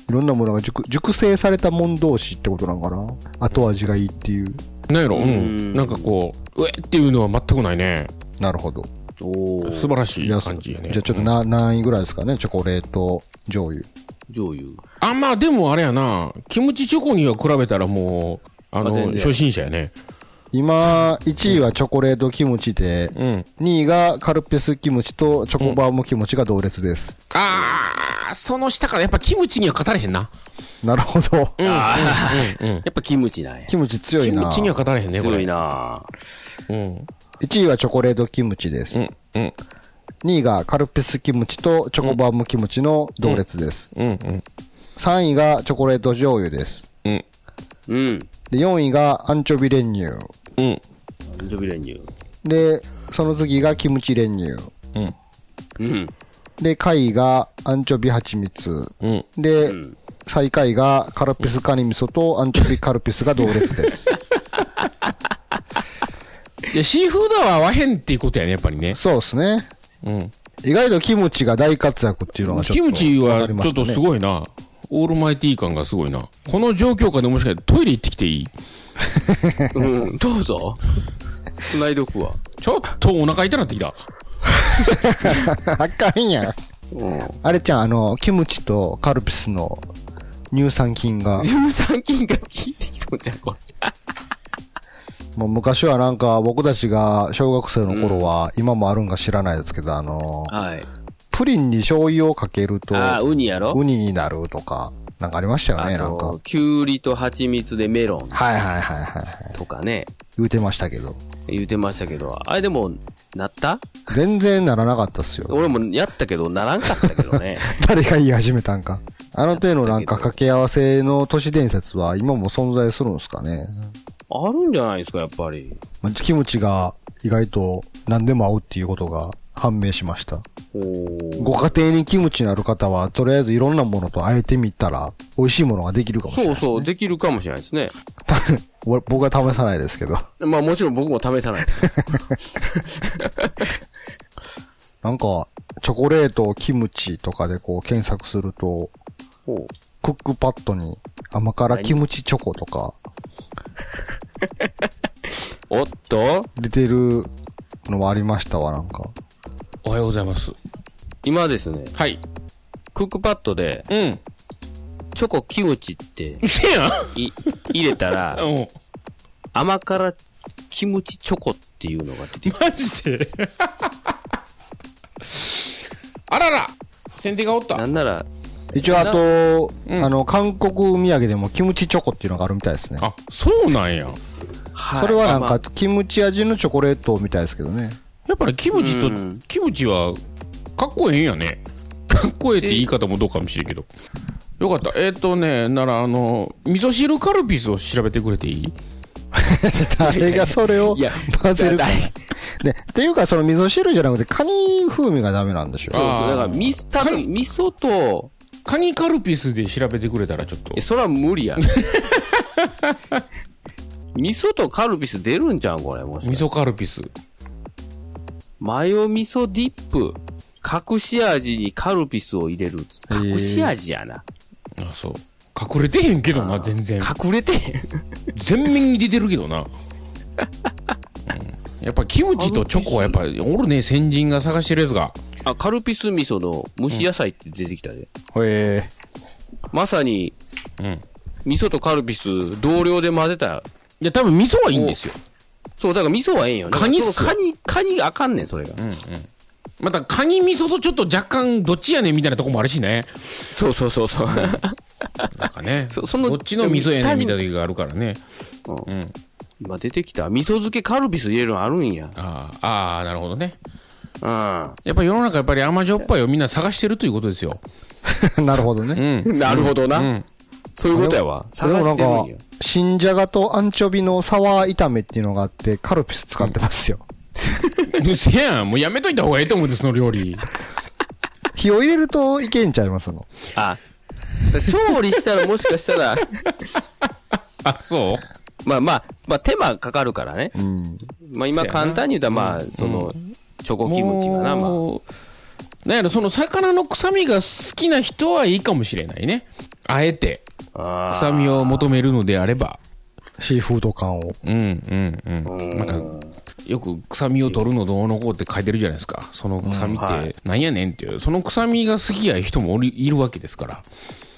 ろんなものが熟熟成されたもん同士ってことなんかな後味がいいっていう。
なんやろ、うん、
うん
なんかこう、うえっていうのは全くないね。
なるほど。
おー
素晴らしい
じゃあ、
感じやね。
じゃあちょっと
うん
な、何位ぐらいですかねチョコレート醤油。
醤油。
あ、まあでもあれやな、キムチチョコには比べたらもう、あ
あ全
の、
然
初心者やね。
今、1位はチョコレートキムチで、
うん。
2位がカルピスキムチとチョコバームキムチが同列です。
あー、その下からやっぱキムチには勝たれへんな。
なるほど。
ああ。
うんうん。
やっぱキムチなんや。
キムチ強
キ
いな。
ムチには勝たれへんね、こ
強
れ。
いな
うん。
1位はチョコレートキムチです。
うん。うん。
2位がカルピスキムチとチョコバームキムチの同列です。
うん。
3位がチョコレート醤油です。
うん。
うん。
で、4位がアンチョビ練乳。
うん。
アンチョビ練乳。
で、その次がキムチ練乳。
うん。
うん。
で、下位がアンチョビ蜂蜜。
うん。
で、最下位がカルピスカニ味噌とアンチョビカルピスが同 列です。
いや、シーフードは合わへんっていうことやね、やっぱりね。
そうですね。
うん。
意外とキムチが大活躍っていうのがちょっ
キ
と、
ムチはちょっとす
い。
ごいな。オールマイティー感がすごいな。この状況下でもしかしてトイレ行ってきていい
うん。どうぞ。繋いどくわ。
ちょっとお腹痛なってきた。
あかんやん。
うん。
あれちゃん、あの、キムチとカルピスの乳酸菌が。
乳酸菌が効いてきそうじゃん、これ。
もう昔はなんか僕たちが小学生の頃は、今もあるんか知らないですけど、あの、
はい。
プリンに醤油をかけると、
ああ、ウニやろ
ウニになるとか、なんかありましたよね、
あ
なんか。
と、キュウリと蜂蜜でメロン
はいはいはいはい。
とかね、
言うてましたけど。
言うてましたけど、あれでも、なった
全然ならなかったっすよ。
俺もやったけど、ならんかったけど ね。
誰が言い始めたんか。あの手のなんか掛け合わせの都市伝説は今も存在するんですかね。
あるんじゃないですか、やっぱり。
まあキムチが意外と何でも合うっていうことが判明しました。
おー
ご家庭にキムチのある方は、とりあえずいろんなものとあえてみたら、美味しいものができるかもしれ
そ
な
う
い。
そう、できるかもしれないですね。
俺僕は試さないですけど。
まあもちろん僕も試さないです けど。
なんか、チョコレート、キムチとかでこう検索すると、
ほう
クックパッドに甘辛キムチチョコとか
おっと
出てるのもありましたわ、なんか。
おはようございます。
今ですね、
はい。
クックパッドで、
うん。
チョコキムチって
せや
い入れたら、
うん。
甘辛キムチチョコっていうのが出てきて、
マジであらら先手がおった。
なんなら、
一応あと、
うん
あの、韓国土産でもキムチチョコっていうのがあるみたいですね。
あ、そうなんや。
は
それはなん
まあ
か、キムチ味のチョコレートみたいですけどね。
やっぱりキムチと
うん、
キムチは、かっこええんやね。かっこええって言い方もどうかもしれんけど。よかった。えっ、とね、なら、あの、味噌汁カルピスを調べてくれていい
誰がそれを
いや
混ぜるか
だ。
ね、っていうか、その味噌汁じゃなくて、カニ風味がダメなんでし
そう
ょ。
そう。
あ
だ
ー
から、み、多
カニ
分、味噌と、
カニカルピスで調べてくれたらちょっと
え、。そら 無理や。味噌とカルピス出るんじゃんこれ、も
味
しかして
噌カルピス。
マヨ味噌ディップ。隠し味にカルピスを入れる。
ー
隠し味やな。
あ、そう。隠れてへんけどな、全然。
隠れてへん。
全面に出てるけどな。うんやっぱキムチとチョコはやっぱおるね、先人が探してるやつが。
あ、カルピス味噌の蒸し野菜って出てきたで。
へえ。
まさに、
うん。
味噌とカルピス同量で混ぜた。
いや、多分味噌はいいんですよ。
そう、だから味噌はええんよ。
カニっ
だから
す
そのカニ、カニあかんねん、それが。
またカニ味噌とちょっと若干どっちやねんみたいなとこもあるしね。
そうそうそうそう。
なんかね。
そその
どっちの味噌やねんみたいな時があるからね。
今出てきた。味噌漬けカルピス入れるのあるんや。
ああ、ああ、なるほどね。
う
やっぱ世の中やっぱり甘じょっぱいをみんな探してるということですよ。
なるほどね。
ん。なるほどな。そういうことやわ。
で
探
もな
してるん
ん
や
か。、新じゃがとアンチョビのサワー炒めっていうのがあって、カルピス使ってますよ。
うせやん。もうやめといた方がええと思うんです、その料 理。
火を入れるといけんちゃいますの。
あ、だから調理したらもしかしたら、
あ、そう
まあまあ、まあ手間かかるからね。まあ今簡単に言うたらまあ、その、チョコキムチかな、まあ。
もうなんやろ、その魚の臭みが好きな人はいいかもしれないね。あえて、臭みを求めるのであれば。
シーフード感を。
うんうんうん。なんか、よく臭みを取るのどうのこうって書いてるじゃないですか。その臭みってなんやねんっていう。その臭みが好きや人もおりいるわけですから。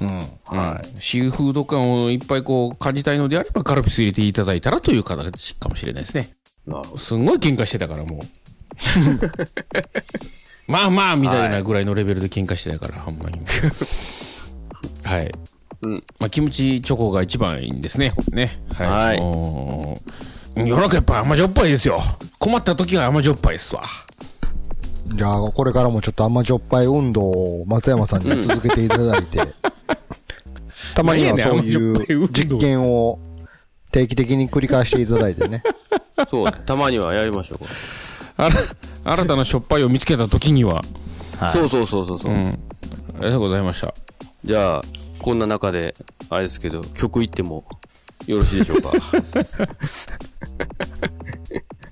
うん。はい。シーフード感をいっぱいこう感じたいのであればカルピス入れていただいたらという形かもしれないですね。
なるほど
すんごい喧嘩してたから もう。まあまあみたいなぐらいのレベルで喧嘩してたから、ほんまに。はい。
うん
まあ、キムチチョコが一番いいんですね。ね。は。
はいい
もう世の中やっぱ甘じょっぱいですよ。困った時は甘じょっぱいっすわ。
じゃあ、これからもちょっと甘じょっぱい運動を松山さんに続けていただいて、 たまにはそういう実験を定期的に繰り返していただい てね。
そう、たまにはやりましょうこれ。
あら新たなしょっぱいを見つけた時には。
そうそうそうそうそう。
うん。ありがとうございました。
じゃあ、こんな中で、あれですけど、曲いってもよろしいでしょう か。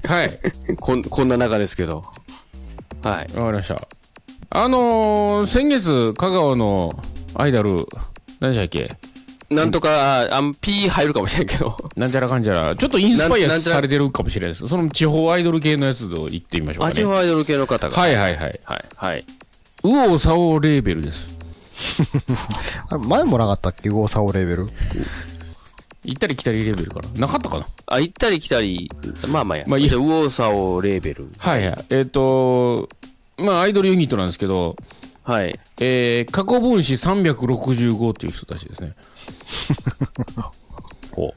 はい。
こん、こんな中ですけど。はい。
わかりました。あのー、先月、香川のアイドル、何でしたっけ
なんとか、ああん、P 入るかもしれんけ ど。
なんちゃらかんちゃら、ちょっとインスパイ
な
ア
んちゃら
されてるかもしれないです。その地方アイドル系のやつを言ってみましょうか
ア
ね。
ジフアイドル系の方が。。
はいいはいはい。
はい。はい。
右往左往レーベルです。
あれ前もなかったっけゴーサオレベル。
行ったり来たりレベルからなかったかな
あ、行ったり来たり、まあまあや。
まあいい
じゃウォーサオレーベル。
はいはいえっ、とまあアイドルユニットなんですけど
はい。
えー、過去分子365という人たちですね
お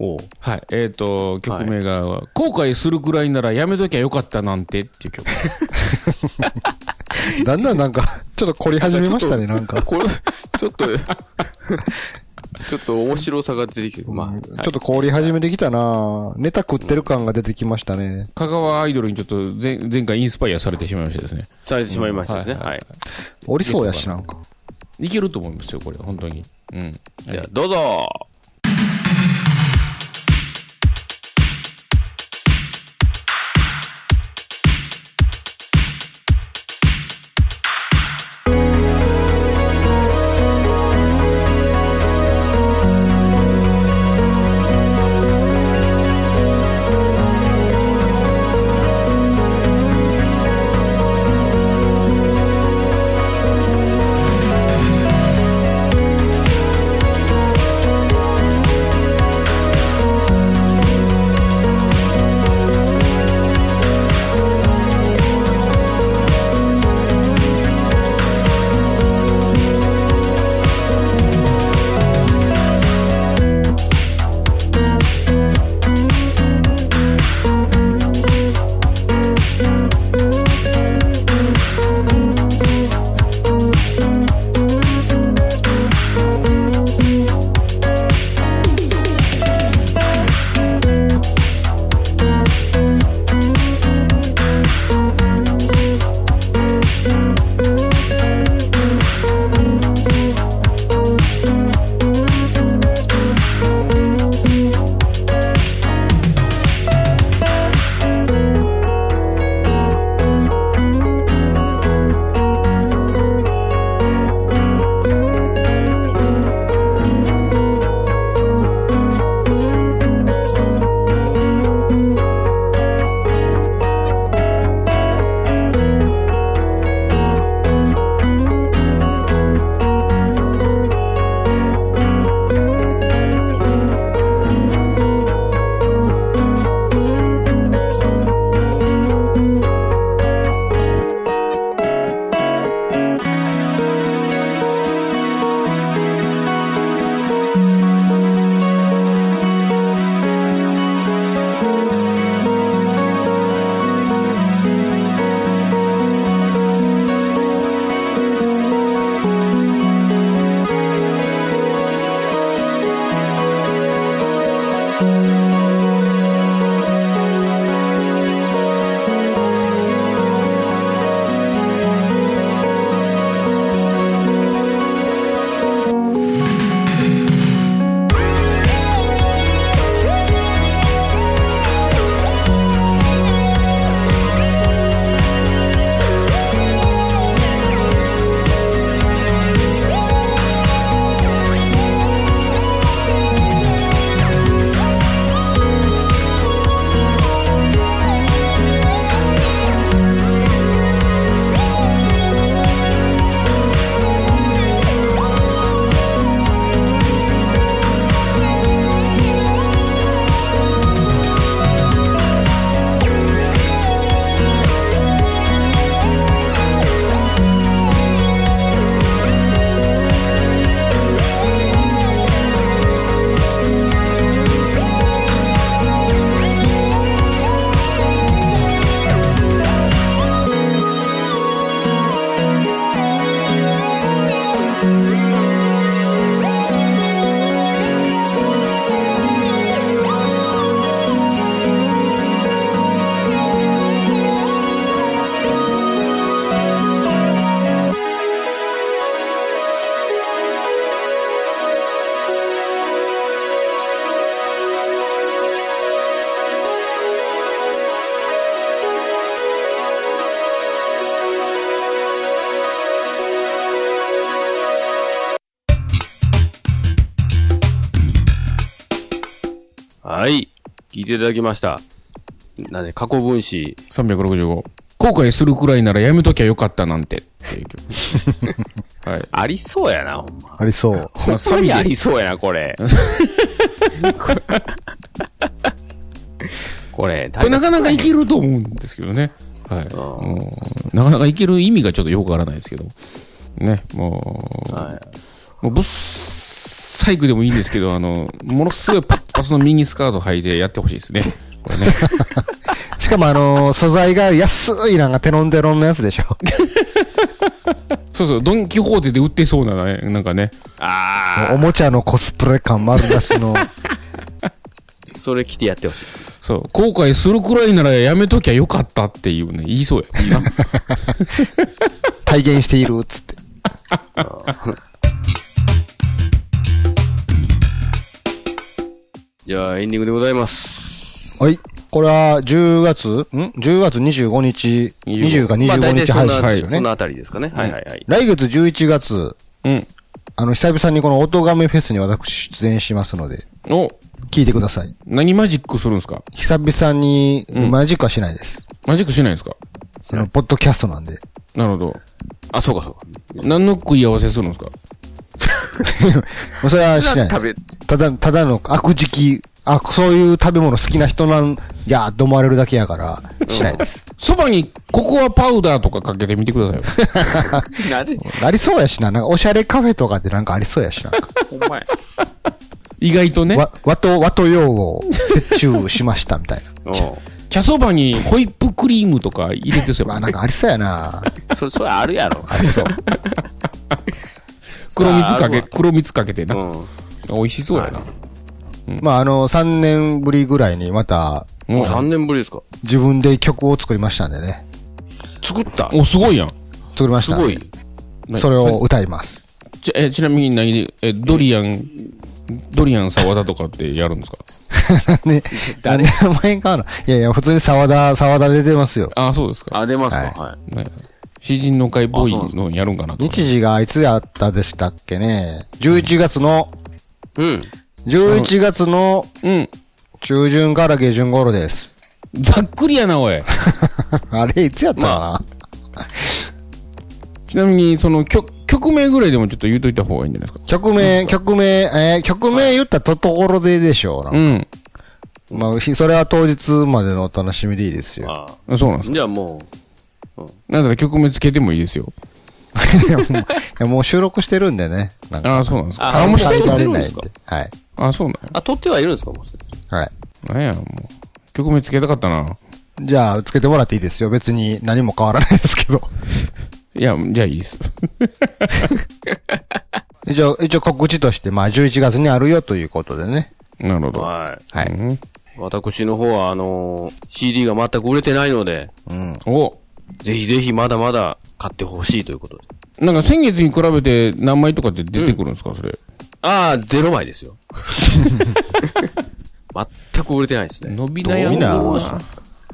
お
はいえっ、と曲名が、後悔するくらいならやめときゃよかったなんて」っていう曲
だんだんなんか、 ちょっと凝り始めましたね、なんか。ち
これ、ちょっと、 ちょっと面白さが出てきて、まあ、
ょっと凍り始めてきたなネタ食ってる感が出てきましたね。
香川アイドルにちょっと前前回インスパイアされてしまいましてですね
されてしまいましたね。
うんはい
はい。
おりそうやし、なんか。
いけると思いますよこれ本当にうん
じゃあ、どうぞはい。聞いていただきました。なんで、過去分子
365後悔するくらいならやめときゃよかったなん てっていう曲はい。
ありそうや な、ほんま。
ありそう。
ほんまにありそうやな、こ れ。これ、
これなかなかい
る。
けると思うんですけどね。はい。
うん
うんなかなかいける意味がちょっとよくわからないですけど。ね、もう、もうぶっサイクでもいいんですけど、あの、ものすごいパッパツのミニスカート履いてやってほしいですね。これね。
しかもあのー素材が安いなんかテロンテロンのやつで しょ。
そうそう、ドン・キホーテで売ってそうなね、なんかね。
あ
おもちゃのコスプレ感丸出 しの。
ーそれ着てやってほしいです。
そう、後悔するくらいならやめときゃよかったっていうね、言いそうや。
体現しているっつって。
じゃあ、エンディングでございます。
はい。これは10月、ん ?10 月25日、20か
まあ、
25
大体
日
そ
配
んな、
信です
そ
よ
の
ね。
あたりですかね。はいはいはい。
来月11月、
うん。
あの、久々にこの音亀フェスに私出演しますので、
お、
聞いてください。
何マジックするんですか
久々に、
ん
マジックはしないです。
マジックしないんですか
あの、ポッドキャストなんで。
なるほど。
あ、そうかそうか。
何の食い合わせするんですか
それはしない。
食べ、
ただ、ただの悪食き、あ、そういう食べ物好きな人なんや、と思われるだけやから、しないです。
そばにココアパウダーとかかけてみてくださいよ。
なぜ
ありそうやしな、なんかおしゃれカフェとかってなんかありそうやしな。
ほんまや。
意外とね。
わ、和と、和と用語を折衷しましたみたい
うん
茶そばにホイップクリームとか入れてそ
な。ま
ば、
あなんかありそうやな。
そ、それあるやろ。
黒蜜か
あ
け、
る
黒蜜かけてな。
うん。
美味しそうやな。
まああの、3年ぶりぐらいにまた、
うん
もう3年ぶりですか。
自分で曲を作りましたんでね。
作った
お、すごいやん。
作りまし
す
た。
ごい。
それを歌います。
ちえちなみに何で、え、ドリアン、ドリアン沢田とかってやるんですか
ね、なんで名前変わるのいやいや、普通に沢田、沢田出てますよ。
ああ、そうですか。
あ、出ますか。
はい
はい。
ね詩人の会ボーイのやるんかなと。
日時がいつやったでしたっけね。11月の、
うん。
11月の
うん。
中旬から下旬頃です。
ざっくりやな、おい。
あれ、いつやったかな、
ちなみに、その曲、曲名ぐらいでもちょっと言うといた方がいいんじゃないですか。
曲名、曲名、えー曲名言ったところででしょうな。
うん。
まあ、ひそれは当日までのお楽しみでいいですよ。
あ
そうなんです。
じゃあも
なんだら曲名つけてもいいですよ。
いやもういやもう収録してるんでね。なんか
ああ、そうなんですか。
あ
あん
も
ま
う
下
して
げ
る
ら
んで
れ
すか
ないんで。はい。
ああ、そうなん
あ、撮ってはいるんですかもうすで
はい。
や。なんや、もう。曲名つけたかったな。
じゃあ、つけてもらっていいですよ。別に何も変わらないですけど。
いや、じゃあいいです。
一応、一応告知として、まあ、11月にあるよということでね。
なるほ
う、
ど。
はい。
はい。
私の方は、あのー CD が全く売れてないので、
お
ぜひぜひまだまだ買ってほしいということで。
なんか先月に比べて何枚とかって出てくるんですか、それ。
ああ、ゼロ枚です よ。全く売れてないですね。
伸び悩ん
みん
でるな
な、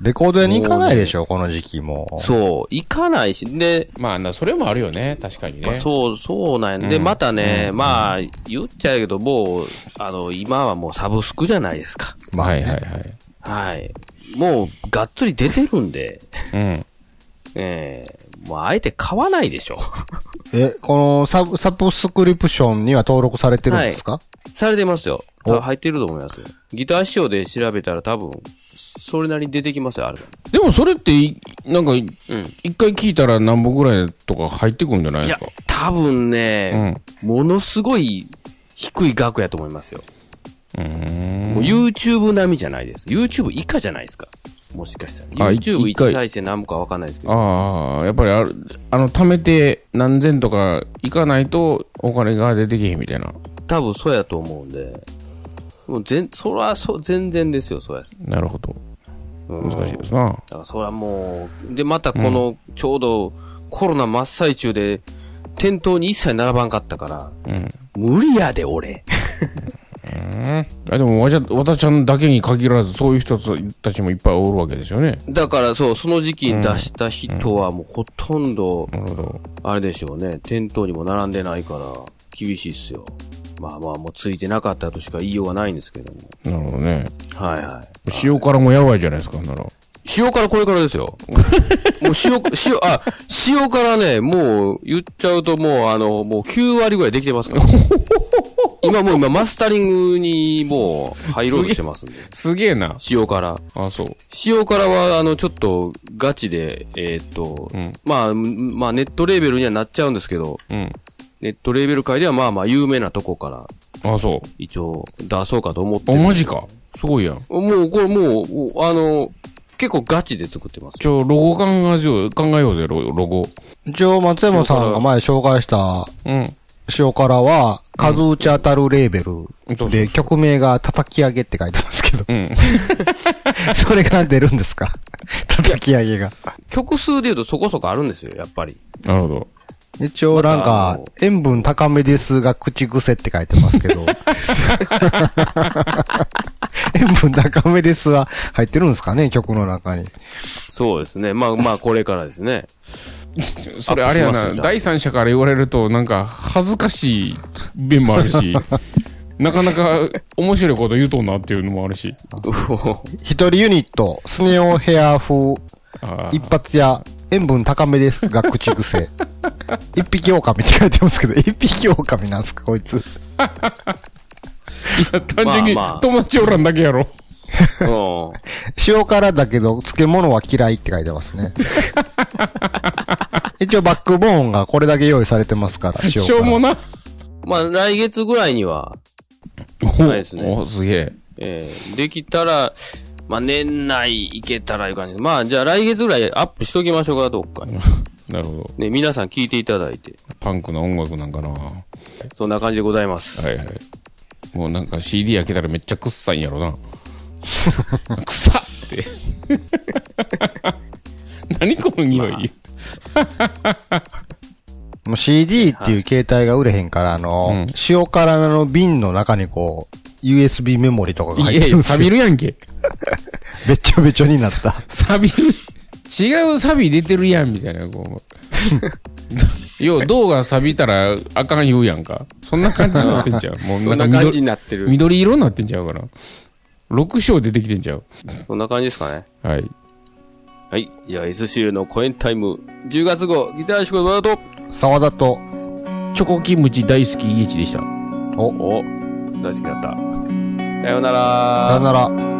レコード屋に行かないでしょ、この時期も。
そう、行かないし、で、
まあな、それもあるよね。確かにね。
まあ、そう、そうなんやで、またね、まあ、言っちゃうけど、もう、あの、今はもうサブスクじゃないですか。
まあ
は
ね
いはいはい。
はい。もう、がっつり出てるんで、
うん。
ええもう、あえて買わないでしょ。
え、このサブ、サブスクリプションには登録されてるんですか、
されてますよ。多
お
分入ってると思いますよ。ギター師匠で調べたら多分、それなりに出てきますよ、あれ。
でもそれってい、なんか、
うん。
一回聞いたら何本ぐらいとか入ってくるんじゃないで
い
す
や
か。、
多分ね、ものすごい低い額やと思いますよ。
うん。うーん。
もう YouTube 並みじゃないです。YouTube 以下じゃないですか。もしかしたら。
あい
YouTube
一回
一再生何もかわかんないですけど。
ああ、やっぱりある、あの、貯めて何千とかいかないとお金が出てけへんみたいな。
多分そうやと思うんで。もう全、そら、そ、全然ですよ、そうや。
なるほど。
うん
難しいですな。
だからそれはもう、で、またこの、ちょうどコロナ真っ最中で、店頭に一切並ばんかったか
う
ら、
ん。
無理やで、俺。
あでも、わちゃ、わたちゃんだけに限らず、そういう人たちもいっぱいおるわけですよね。
だからそう、その時期に出した人はもうほとんど、
なるほど。
あれでしょうね、店頭にも並んでないから、厳しいっすよ。まあまあ、もうついてなかったとしか言いようがないんですけども。
なるほどね。
はいはい。
塩辛もやばいじゃないですか、ほんなら。
塩辛これからです よ。もう塩、塩、あ、塩辛ね、もう言っちゃうともうあの、もう9割ぐらいできてます から。今もう今マスタリングにもう入ろうとしてますんで。
すげえな。
塩辛。
あ、そう。
塩辛は、あの、ちょっと、ガチで、えーっと、
ん
まあ、うんまあ、ネットレーベルにはなっちゃうんですけど、
うん。
ネットレーベル界ではまあまあ、有名なとこから、
あ、そ
一応、出そうかと思っ
う。
て
あ、
る。
マジか。すごいやん。
もう、これもう、おあの、結構ガチで作ってます。
ちょ、ロゴ考えよう、考えようぜ、ロロゴ。
一応、松山さんが前紹介した
うん。
塩辛は、数打ち当たるレーベルで、曲名が叩き上げって書いてますけど、
うん。
それが出るんです か叩き上げが。
曲数で言うとそこそこあるんですよ、やっぱり。
なるほど。
一応なん
またあ
か
の、
塩分高めですが口癖って書いてますけ ど。塩分高めですは入ってるんですかね、曲の中に。
そうですね。まあまあ、これからですね。
それあれや
すいま
な
せんじゃあ
第三者から言われるとなんか恥ずかしい面もあるし なかなか面白いこと言うとんなっていうの もあるし
一人ユニット、スネオヘア風、
あー
一発屋、塩分高めですが口 癖。一匹狼って書いてますけど、一匹狼なんですか、こいつ。
単純に
まあまあ
友達おらんだけやろ
うん。
塩辛だけど、漬物は嫌いって書いてます ね。一応バックボーンがこれだけ用意されてま すから、塩辛。
しょうもな
まあ、来月ぐらいには、
お
ないですね
おすげえ
えーできたら、まあ、年内いけたらいう感じで。まあ、じゃあ来月ぐらいアップしときましょうか、どっかに。
なるほど
ね、皆さん聞いていただいて。
パンクな音楽なんかなは
そんな感じでございます。
いはいもうなんか CD 開けたらめっちゃくっさいんやろな くさって 何この匂い
もう CD っていう携帯が売れへんから、あの、塩辛の瓶の中にこう、USB メモリとかが
い
入って
やい
る
や
んですよ。
錆びるやんけ
べっちょべちょになった。
サビ、違うサビ出てるやんみたいな、こう。 よう、銅が錆びたらあかん言うやんか。そんな感じになってん ちゃう。もう
そん
か
な
緑
感じになってる。
緑色になってんちゃうから。6章出てきてんちゃう。
そんな感じですかね。
はい。
はい。じゃあ、S シールのコエンタイム、10月号、ギター仕事バート
沢田と、
チョコキムチ大好きイエチでした。
お、大好きだった。さようなら。
さよなら。